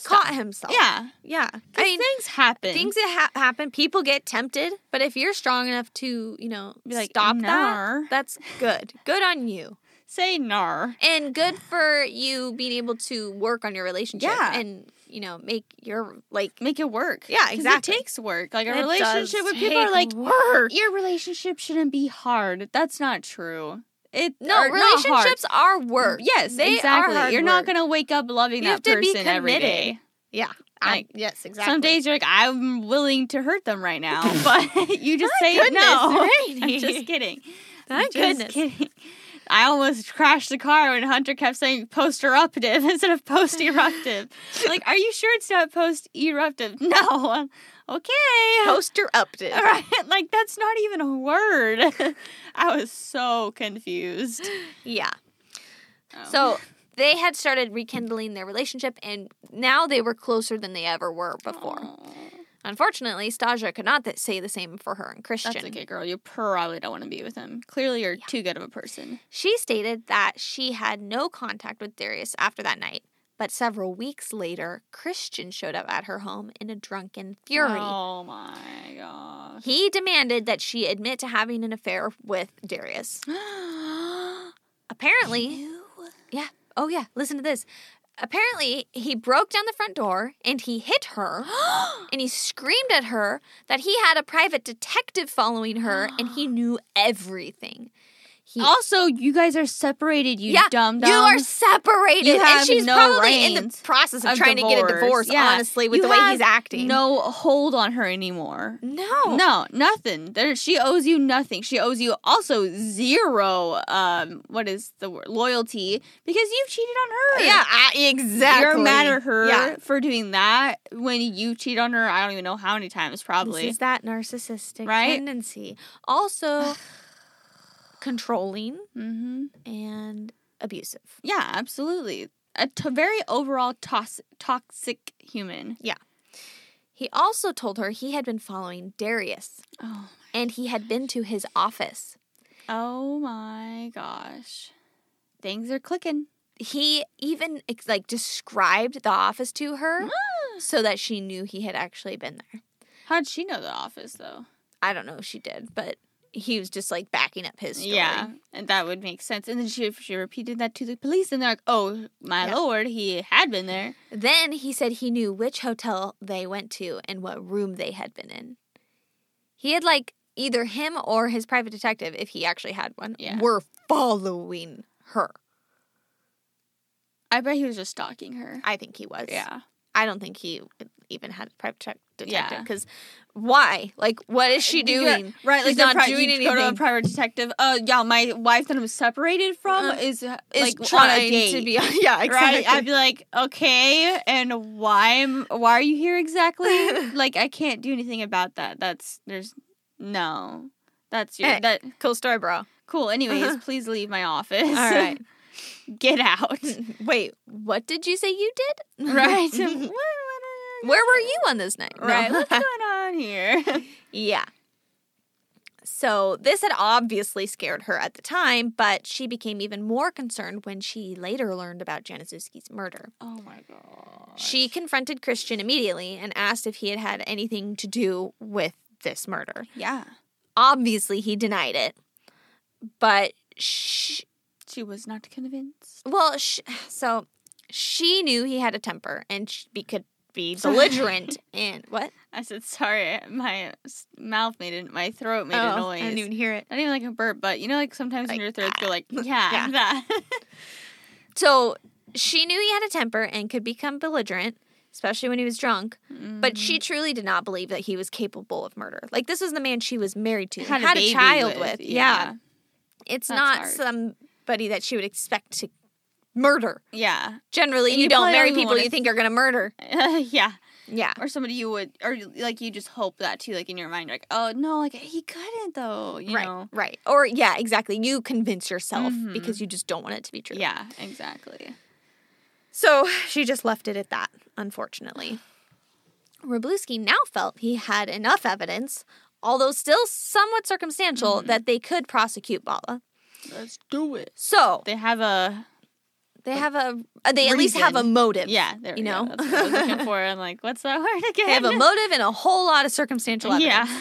Caught himself.
Yeah,
yeah.
'cause things happen.
Oh, things that ha- happen people get tempted but if you're strong enough to you know
Be like,
stop that
"Nar."
that's good good on you
say nar.
and good for you being able to work on your relationship
Yeah.
and you know make your like
Make it work.
Yeah,
'Cause
exactly.
It takes work. Like a
It
relationship
does
with people are
take
like
work.
your relationship shouldn't be hard. That's not true. It
no
or not hard.
relationships are work
Yes,
They are
exactly.
hard
you're not
work.
gonna wake up loving
You have
that
to be
person every
committed.
day.
yeah I-
Like,
yes exactly
Some days you're like, I'm willing to hurt them right now, but you just say
goodness,
no.
Rainey.
I'm just kidding.
My
Just
goodness.
kidding. I almost crashed the car when Hunter kept saying post eruptive instead of post eruptive. like, are you sure it's not post eruptive? No. Okay.
poster updated
All right. Like, that's not even a word. I was so confused.
yeah
Oh.
so they had started rekindling their relationship and now they were closer than they ever were before
Aw.
Unfortunately, Stasia could not th- say the same for her and Christian.
That's okay, girl. You probably don't want to be with him. Clearly, you're too good of a person.
She stated that she had no contact with Darius after that night, but several weeks later, Christian showed up at her home in a drunken fury.
Oh my gosh.
He demanded that she admit to having an affair with Darius. Apparently, yeah. Oh yeah, listen to this. Apparently, he broke down the front door and he hit her and he screamed at her that he had a private detective following her and he knew everything. He
also, you guys are separated, you dumb dumb.
You are separated.
You
and
have
she's
no
probably in the
reins
process of, trying to get a divorce,
Yeah.
honestly, with
You
the way
have
he's acting.
No hold on her anymore.
No.
No, nothing. There, she owes you nothing. She owes you also zero. Um, what is the word? Loyalty because you cheated on her.
Yeah, I- exactly.
You're mad at her
Yeah.
for doing that when you cheat on her. I don't even know how many times,
This
probably.
is that narcissistic
Right?
tendency. Also controlling
mm-hmm.
and abusive.
Yeah, absolutely. A t- very overall tos- toxic human.
He also told her he had been following Darius
Oh.
and he had been to his office.
oh my gosh. Things are clicking.
He even ex- like described the office to her
Mm.
so that she knew he had actually been there.
How'd she know the office though?
I don't know if she did, but he was just like backing up his story.
Yeah, and that would make sense. And then she she repeated that to the police, and they're like, "Oh my
Yeah.
lord, he had been there."
Then he said he knew which hotel they went to and what room they had been in. He had like either him or his private detective, if he actually had one,
Yeah.
were following her.
I bet he was just stalking her.
I think he was.
Yeah,
I don't think he even had a private detec- detective
Yeah.
because why? Like, what is she
Yeah,
doing?
right?
She's
the
not
pri-
doing
you Go to a
anything.
private detective. Uh, yeah, my wife that I'm separated from
Uh,
is uh,
Is
like on a
trying
date.
to be on. Yeah, exactly.
Right, I'd be like, okay, and why am why are you here exactly? like, I can't do anything about that. That's there's no, that's your
Hey.
that
cool story, bro.
cool. Anyways,
Uh-huh.
please leave my office.
All right.
get out.
Wait, what did you say you did?
right,
Where were you on this night? No.
right. What's going on here?
Yeah. So, this had obviously scared her at the time, but she became even more concerned when she later learned about Januszewski's murder.
oh my god.
She confronted Christian immediately and asked if he had had anything to do with this murder.
yeah,
Obviously, he denied it, but she,
she was not convinced.
well, sh so she knew he had a temper and she be, could be belligerent and what?
I said, sorry, my s- mouth made it, my throat made a
Oh,
noise.
I didn't even hear it.
not even like a burp, but you know, like sometimes when
Like,
your throats go like, yeah,
Yeah.
that.
So she knew he had a temper and could become belligerent, especially when he was drunk. But
Mm.
she truly did not believe that he was capable of murder. Like this was the man she was married to, had, had a,
baby
child with. Yeah, it's
That's
not
hard.
somebody that she would expect to murder.
yeah,
Generally,
And
you,
you
don't
probably
marry
don't even
people
wanna-
you think are going to murder.
yeah. yeah.
Yeah,
Or somebody you would, or like you just hope that too, like in your mind, like oh no, like he couldn't though, you
right,
know.
right. Or yeah, exactly. You convince yourself
Mhm.
because you just don't want it to be true.
Yeah, exactly.
So she just left it at that, unfortunately. Rabluski now felt he had enough evidence, although still somewhat circumstantial,
Mm-hmm.
that they could prosecute Bala.
Let's do it.
So
They have a
they have a, uh, they at least have a
Reason.
motive.
yeah. There you
You know?
know, that's what I was looking for. I'm like, what's that word again?
They have a motive and a whole lot of circumstantial evidence.
yeah.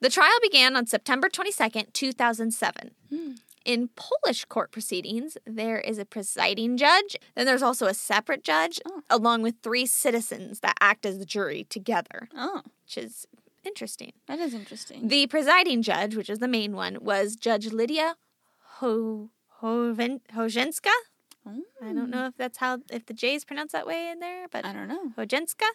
The trial began on September 22nd, 2007.
Hmm.
In Polish court proceedings, there is a presiding judge, then there's also a separate judge,
Oh.
along with three citizens that act as the jury together,
Oh,
which is interesting.
that is interesting.
The presiding judge, which is the main one, was Judge Lydia Ho- Hoven- Hojenska.
Oh.
I don't know if that's how, if the J is pronounced that way in there, but
I don't know.
Hojenska.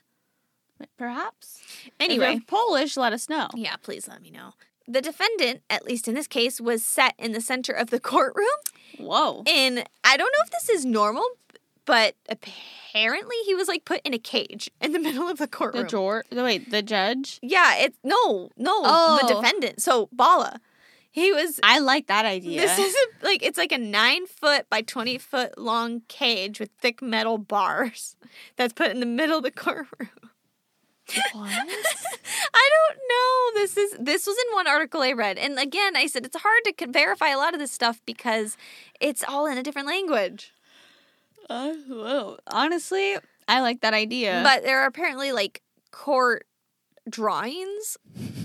Perhaps.
Anyway,
if you're Polish. Let us know.
yeah, please let me know. The defendant, at least in this case, was set in the center of the courtroom.
Whoa.
And I don't know if this is normal, but apparently he was like put in a cage in the middle of the
The
courtroom.
jor- the wait, the judge.
yeah, it's no, no, the
Oh.
defendant. So Bala, he was
I like that idea.
This isn't like it's like a nine foot by twenty foot long cage with thick metal bars that's put in the middle of the courtroom.
What?
I don't know. This is this was in one article I read, and again I said it's hard to co- verify a lot of this stuff because it's all in a different language. Oh,
Uh, whoa. Honestly, I like that idea.
But there are apparently like court drawings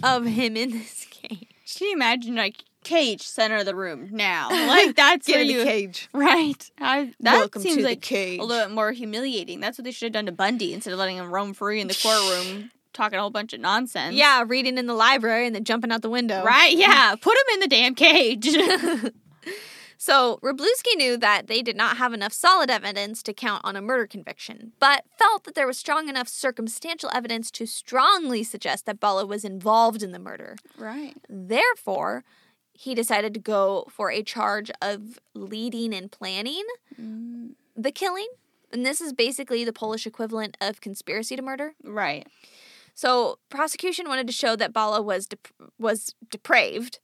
of him in this cage.
can you imagine like cage center of the room now? Like that's where you
cage.
right. I, that
Welcome
seems
to the
like
cage.
a little bit more humiliating. That's what they should have done to Bundy instead of letting him roam free in the courtroom talking a whole bunch of nonsense.
Yeah, reading in the library and then jumping out the window.
Right. Yeah. Put him in the damn cage.
So Rabluski knew that they did not have enough solid evidence to count on a murder conviction, but felt that there was strong enough circumstantial evidence to strongly suggest that Bala was involved in the murder.
right.
Therefore, he decided to go for a charge of leading and planning the killing. And this is basically the Polish equivalent of conspiracy to murder.
Right.
So prosecution wanted to show that Bala was dep was depraved,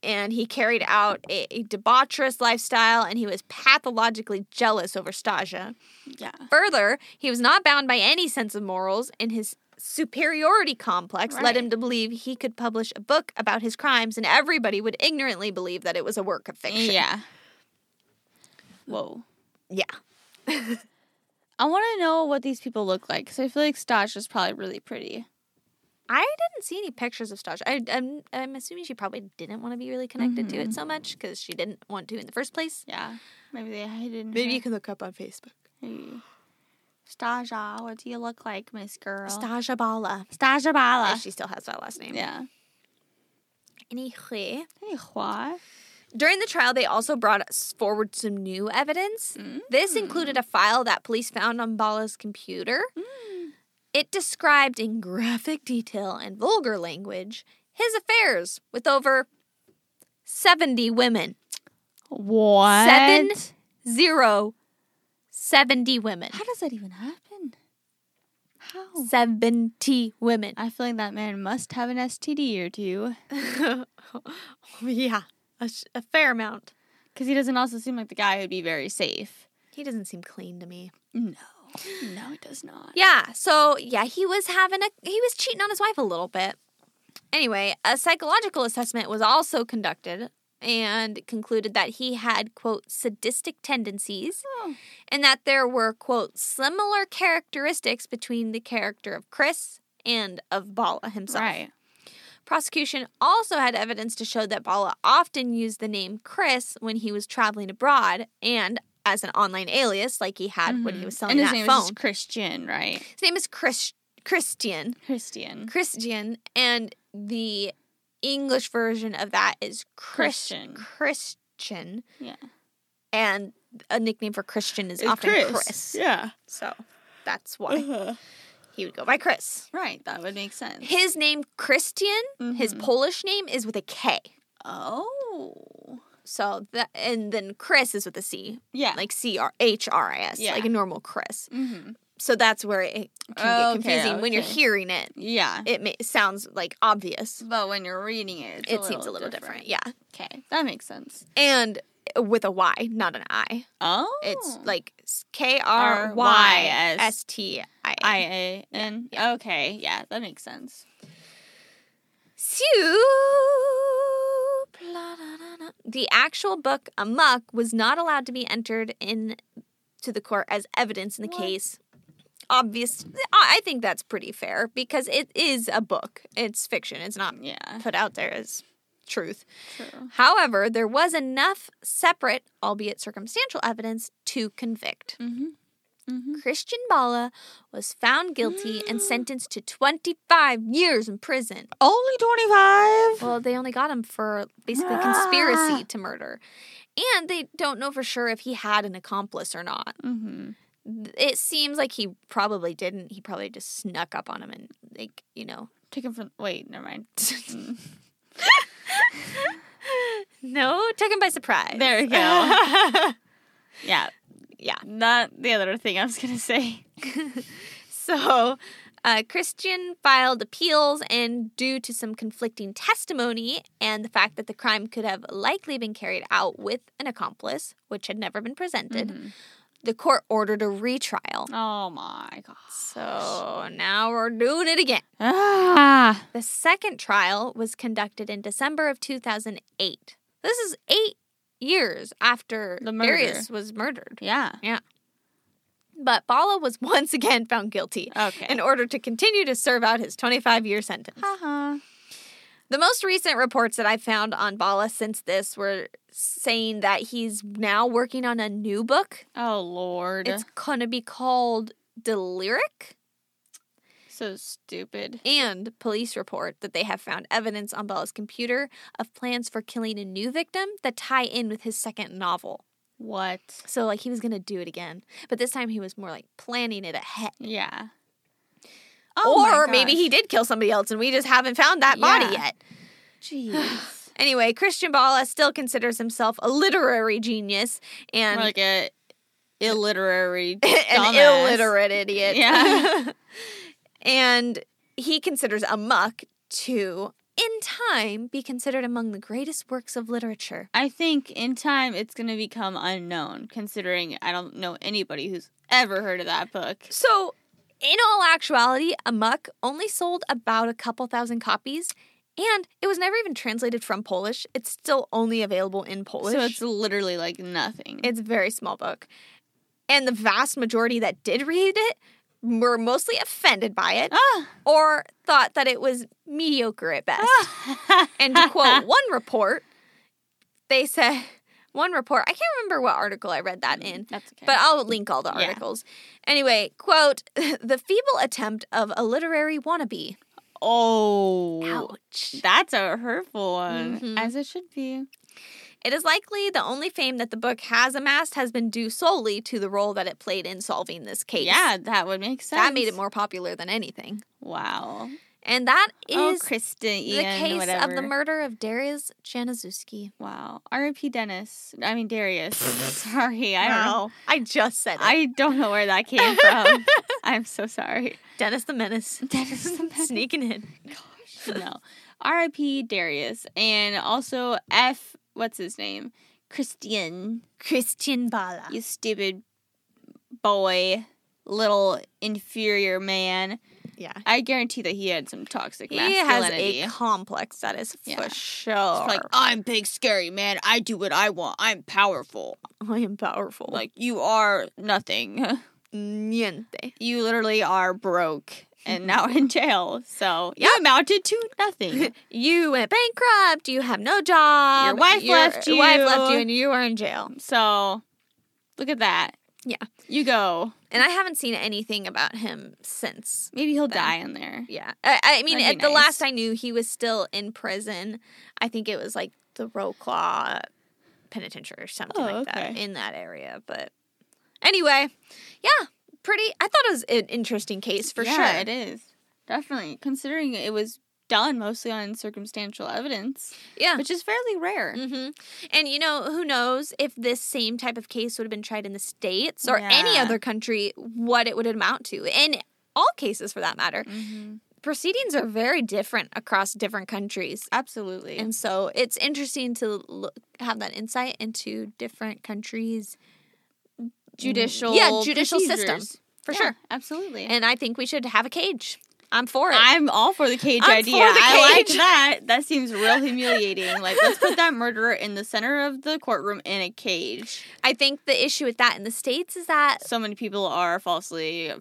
and he carried out a, a debaucherous lifestyle, and he was pathologically jealous over Stasia.
Yeah.
Further, he was not bound by any sense of morals, and his superiority complex led
Right.
him to believe he could publish a book about his crimes, and everybody would ignorantly believe that it was a work of fiction.
Yeah. Whoa.
yeah.
I want to know what these people look like because I feel like Stash is probably really pretty.
I didn't see any pictures of Stasia. I, I'm I'm assuming she probably didn't want to be really connected to it so much because she didn't want to in the first place.
Yeah. Maybe they hidden.
can look up on Facebook.
can. Stasia, ah, what do you look like, Miss Girl?
Stasia Bala.
Stasia Bala.
If she still has that last name.
yeah.
Anyway.
Hey, what?
During the trial, they also brought us forward some new evidence.
Mm.
This included a file that police found on Bala's computer.
Mm.
It described in graphic detail and vulgar language his affairs with over 70 women.
What?
Seven zero. 70 women.
How does that even happen? How?
70 women.
I feel like that man must have an STD or two
yeah, a, sh- a fair amount.
because he doesn't also seem like the guy who'd be very safe.
He doesn't seem clean to me.
No. No, it does not.
Yeah. So yeah, he was having a he was cheating on his wife a little bit. Anyway, a psychological assessment was also conducted and concluded that he had quote sadistic tendencies
Oh.
and that there were quote similar characteristics between the character of Chris and of Bala himself.
Right.
Prosecution also had evidence to show that Bala often used the name Chris when he was traveling abroad and as an online alias like he had when he was selling
Mm-hmm. and his
that
name
phone.
is Christian, right?
His name is Chris Christian.
Christian.
Christian, and the English version of that is Chris-
Christian.
Christian,
Yeah.
and a nickname for Christian is
It's
often Chris.
Yeah.
So that's why
Uh-huh.
he would go by Chris.
Right. That would make sense.
His name Christian, his
Mhm.
Polish name is with a K.
Oh.
So that and then Chris is with a C,
Yeah.
like C R H R I S,
Yeah.
like a normal Chris.
Mm-hmm.
So that's where it
Oh,
can
okay,
get confusing when you're
okay.
hearing it.
Yeah.
It may, sounds like obvious.
But when you're reading it, it's
it seems a little different. Yeah,
Okay. That makes sense.
and with a Y, not an I.
Oh.
It's like K R Y S T I.
I A N. Okay. Yeah. That makes sense.
Soup. La, da, da, da. The actual book Amok was not allowed to be entered in to the court as evidence in the
What?
case. Obvious. I I think that's pretty fair because it is a book. It's fiction. It's not
Yeah.
put out there as truth.
True.
However, there was enough separate, albeit circumstantial, evidence to convict.
Mm-hmm. Mm-hmm.
Christian Bala was found guilty
Mm.
and sentenced to 25 years in prison.
Only 25?
Well, they only got him for basically
Ah.
conspiracy to murder. And they don't know for sure if he had an accomplice or not.
Mm-hmm.
It seems like he probably didn't. He probably just snuck up on him and, like, you know.
Take him from. Wait, never mind. Mm.
No, took him by surprise.
There you go. yeah.
Yeah.
Not the other thing I was going to say.
So, uh, Christian filed appeals, and due to some conflicting testimony and the fact that the crime could have likely been carried out with an accomplice, which had never been presented,
Mhm.
the court ordered a retrial.
Oh my God.
So now we're doing it again.
Ah.
The second trial was conducted in December of 2008. This is eight years after
The murder.
Marius was murdered.
Yeah.
But Bala was once again found guilty
Okay.
in order to continue to serve out his 25 year sentence.
uh-huh.
The most recent reports that I found on Bala since this were saying that he's now working on a new book.
Oh Lord.
It's going to be called Deliric.
so stupid.
and police report that they have found evidence on Bella's computer of plans for killing a new victim that tie in with his second novel.
What?
So, like, he was gonna do it again, but this time he was more like planning it ahead.
Yeah. Oh
or maybe he did kill somebody else and we just haven't found that body
Yeah.
yet.
Jeez.
Anyway, Christian Bala still considers himself a literary genius and
like a illiterary,
an
dumbass.
illiterate idiot.
Yeah.
and he considers Amok to, in time, be considered among the greatest works of literature.
I think in time it's going to become unknown, considering I don't know anybody who's ever heard of that book.
So, in all actuality, Amok only sold about a couple thousand copies, and it was never even translated from Polish. It's still only available in Polish.
So it's literally like nothing.
it's a very small book. And the vast majority that did read it were mostly offended by it
ah.
or thought that it was mediocre at best. And to quote one report, they said, one report, I can't remember what article I read that in,
That's okay.
but I'll link all the
Mm, Yeah.
articles. Anyway, quote, the feeble attempt of a literary wannabe.
oh.
Ouch.
That's a hurtful one,
Mhm.
as it should be.
It is likely the only fame that the book has amassed has been due solely to the role that it played in solving this case.
Yeah, that would make sense.
That made it more popular than anything.
Wow.
And that
oh,
is
Kristen
the
Ian,
case
whatever.
of the murder of Darius Janazuski.
Wow. R.I.P. Dennis. I mean Darius. sorry, I don't know.
I just said it.
I don't know where that came from. I'm so sorry.
Dennis the Menace.
Dennis the Menace.
Sneaking in.
No. R.I.P. Darius, and also F. What's his name? Christian.
Christian Bala.
You stupid boy, little inferior man.
Yeah.
I guarantee that he had some toxic
He has
masculinity.
a complex that is
Yeah.
for
It's
sure.
It's like I'm big, scary man. I do what I want. I'm powerful.
I am powerful.
Like you are nothing.
niente.
You literally are broke and now in jail. So you amounted to nothing.
You went bankrupt. You have no job.
Your wife left
Your wife
you.
left you, and you are in jail.
So look at that.
Yeah.
you go.
And I haven't seen anything about him since.
Maybe he'll
Then-
die in there.
Yeah, I, I mean,
That'd
at
be
the
nice.
last I knew, he was still in prison. I think it was like the Roclaw penitentiary or something
Oh,
like that
okay.
in that area. But anyway, yeah, pretty. I thought it was an interesting case for
yeah,
sure.
it is definitely considering it was done mostly on circumstantial evidence,
Yeah.
which is fairly rare.
hmm And you know, who knows if this same type of case would have been tried in the States or any
Yeah.
other country, what it would amount to. In all cases, for that matter,
Mhm.
proceedings are very different across different countries.
Absolutely.
And so it's interesting to look, have that insight into different countries.
Mm-hmm. judicial
Yeah, judicial
procedures.
system, for
Yeah,
sure.
Absolutely.
And I think we should have a cage. I'm for it.
I'm all for the cage
I'm
idea.
for the
I like
cage.
that. That seems real humiliating. Like, let's put that murderer in the center of the courtroom in a cage.
I think the issue with that in the States is that,
So many people are falsely.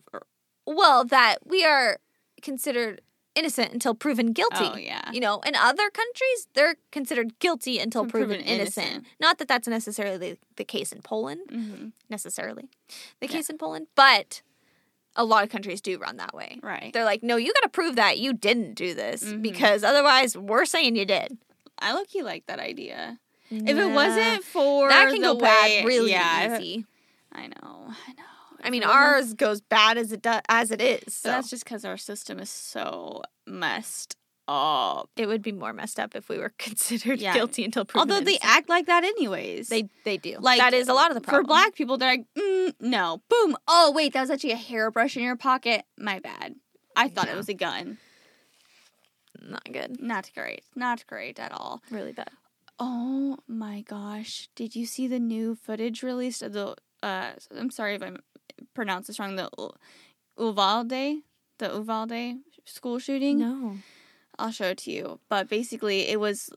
well, that we are considered innocent until proven guilty.
Oh yeah.
You know, in other countries, they're considered guilty until
Until
proven,
proven
innocent.
innocent.
Not that that's necessarily the case in Poland,
hmm
necessarily
Yeah.
the case in Poland, but a lot of countries do run that way.
Right.
They're like, no, you got to prove that you didn't do this
Mhm.
because otherwise we're saying you did.
I look. You like that idea. If it wasn't for
that can
the
go
way,
bad really
yeah, if-
easy.
I know. I know.
I
If
mean,
it wasn't-
ours goes bad as it do- as it is.
But
So
That's just because our system is so messed up.
it would be more messed up if we were considered
Yeah.
guilty until proven.
Although they
innocent.
act like that anyways.
they they do
Like
that is a lot of the problem
for black people. They're like, mm, no, boom. Oh wait, that was actually a hairbrush in your pocket. My bad. I thought
Yeah.
it was a gun.
Mm, Not good,
Not great. Not great at all.
really bad.
Oh my gosh! Did you see the new footage released of the? Uh, I'm sorry if I pronounced this wrong. The U- Uvalde, the Uvalde school shooting.
No,
I'll show it to you. But basically, it was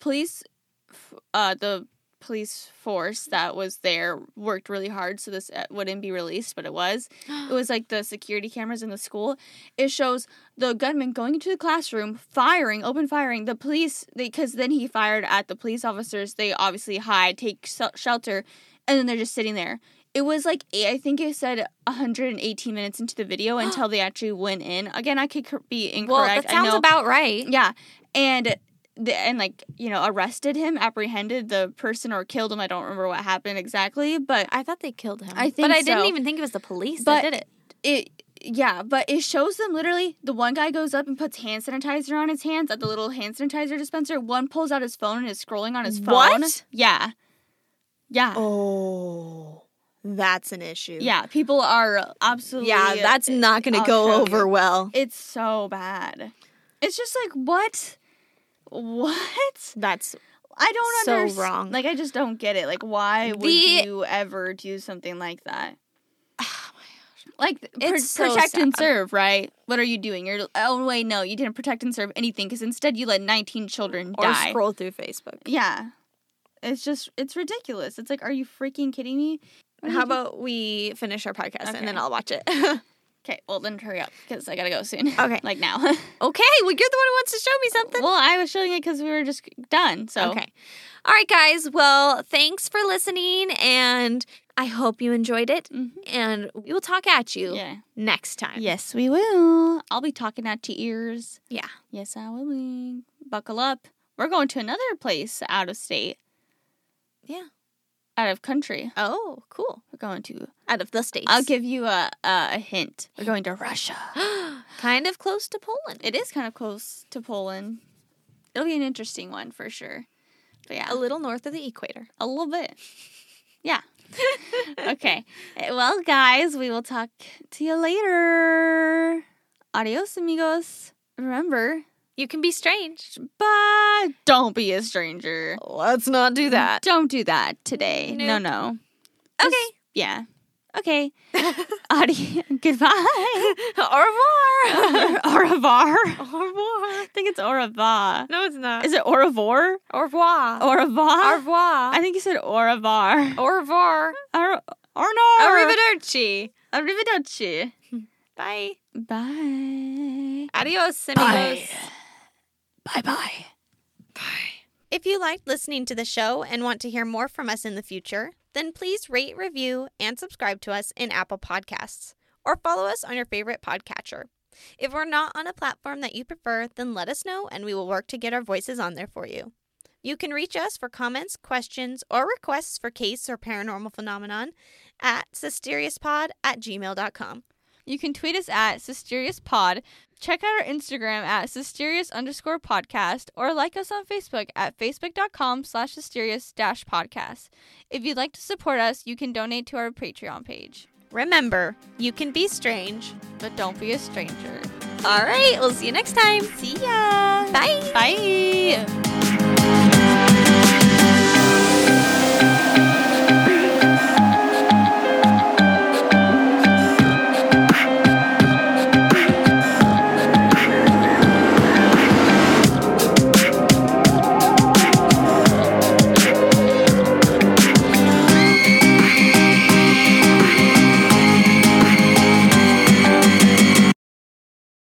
police, f- uh, the police force that was there worked really hard so this uh, wouldn't be released, but it was. It was like the security cameras in the school. It shows the gunman going into the classroom, firing, open firing. The police, because then he fired at the police officers. They obviously hide, take shel- shelter, and then they're just sitting there. It was like eight- I think it said 118 minutes into the video until they actually went in. Again, I could cor- be incorrect.
well that
I
sounds
know.
about right.
Yeah, and the, and like you know arrested him, apprehended the person or killed him. I don't remember what happened exactly, but
I thought they killed him.
I
but
think
I didn't
so.
even think it was the police
But-
that did it.
it yeah, but it shows them literally. The one guy goes up and puts hand sanitizer on his hands at the little hand sanitizer dispenser. One pulls out his phone and is scrolling on his phone.
What?
Yeah, yeah,
Oh, that's an issue.
yeah. People are absolutely
yeah, that's not going to
I'll
go
show
over
you.
well.
It's so bad. It's just like what, what.
That's
I don't
So
understand.
wrong.
Like I just don't get it. Like why would
The- Oh
you ever do something like that? Like pr-
It's so
protect and
sad.
serve, right? What are you doing? You're oh wait, no, you didn't protect and serve anything because instead you let 19 children
or
die.
scroll through Facebook.
Yeah, it's just it's ridiculous. It's like, are you freaking kidding me?
How about we finish our podcast and then
Okay.
I'll watch it?
Okay, well then hurry up because I gotta go soon.
Okay.
like now. well,
okay, well you're the one who wants to show me something.
I was showing it because we were just done. So
Okay. All right, guys. Well, thanks for listening, and I hope you enjoyed it.
Mhm.
And we will talk at you
yeah.
next time.
Yes, we will. I'll be talking out to ears.
Yeah.
Yes, I will be. Buckle up. We're going to another place out of state.
Yeah.
Out of country.
Oh, cool.
We're going to.
Out of the states.
I'll give you a, a, a hint. We're going to Russia.
kind of close to Poland.
It is kind of close to Poland. It'll be an interesting one for sure. But yeah,
a little north of the equator.
a little bit. Yeah. okay. Eh, Well, guys, we will talk to you later. Adios, amigos. Remember,
You can be strange.
But don't be a stranger.
Let's not do
Don't do that today. No,
Nope.
no.
Okay.
Just- yeah. Okay. Adi- goodbye.
Au revoir.
au revoir. I
Au revoir.
think it's au revoir.
No, it's not.
Is it au revoir?
au revoir.
Au
Au
revoir?
revoir.
I think you said au revoir.
Au revoir.
Ar- Arnar.
Arrivederci.
Arrivederci.
Bye.
Bye.
Adios, amigos.
Bye. Bye bye.
If you liked listening to the show and want to hear more from us in the future, then please rate, review, and subscribe to us in Apple Podcasts or follow us on your favorite podcatcher. If we're not on a platform that you prefer, then let us know and we will work to get our voices on there for you. You can reach us for comments, questions, or requests for case or paranormal phenomenon at mysteriouspod at gmail.com.
You can tweet us at Sisterius Pod. Check out our Instagram at Sisterius underscore podcast or like us on Facebook at facebook.com slash Sisterius dash podcast. If you'd like to support us, you can donate to our Patreon page.
Remember, you can be strange.
But don't be a stranger.
All right, we'll see you next time.
See ya!
Bye.
Bye!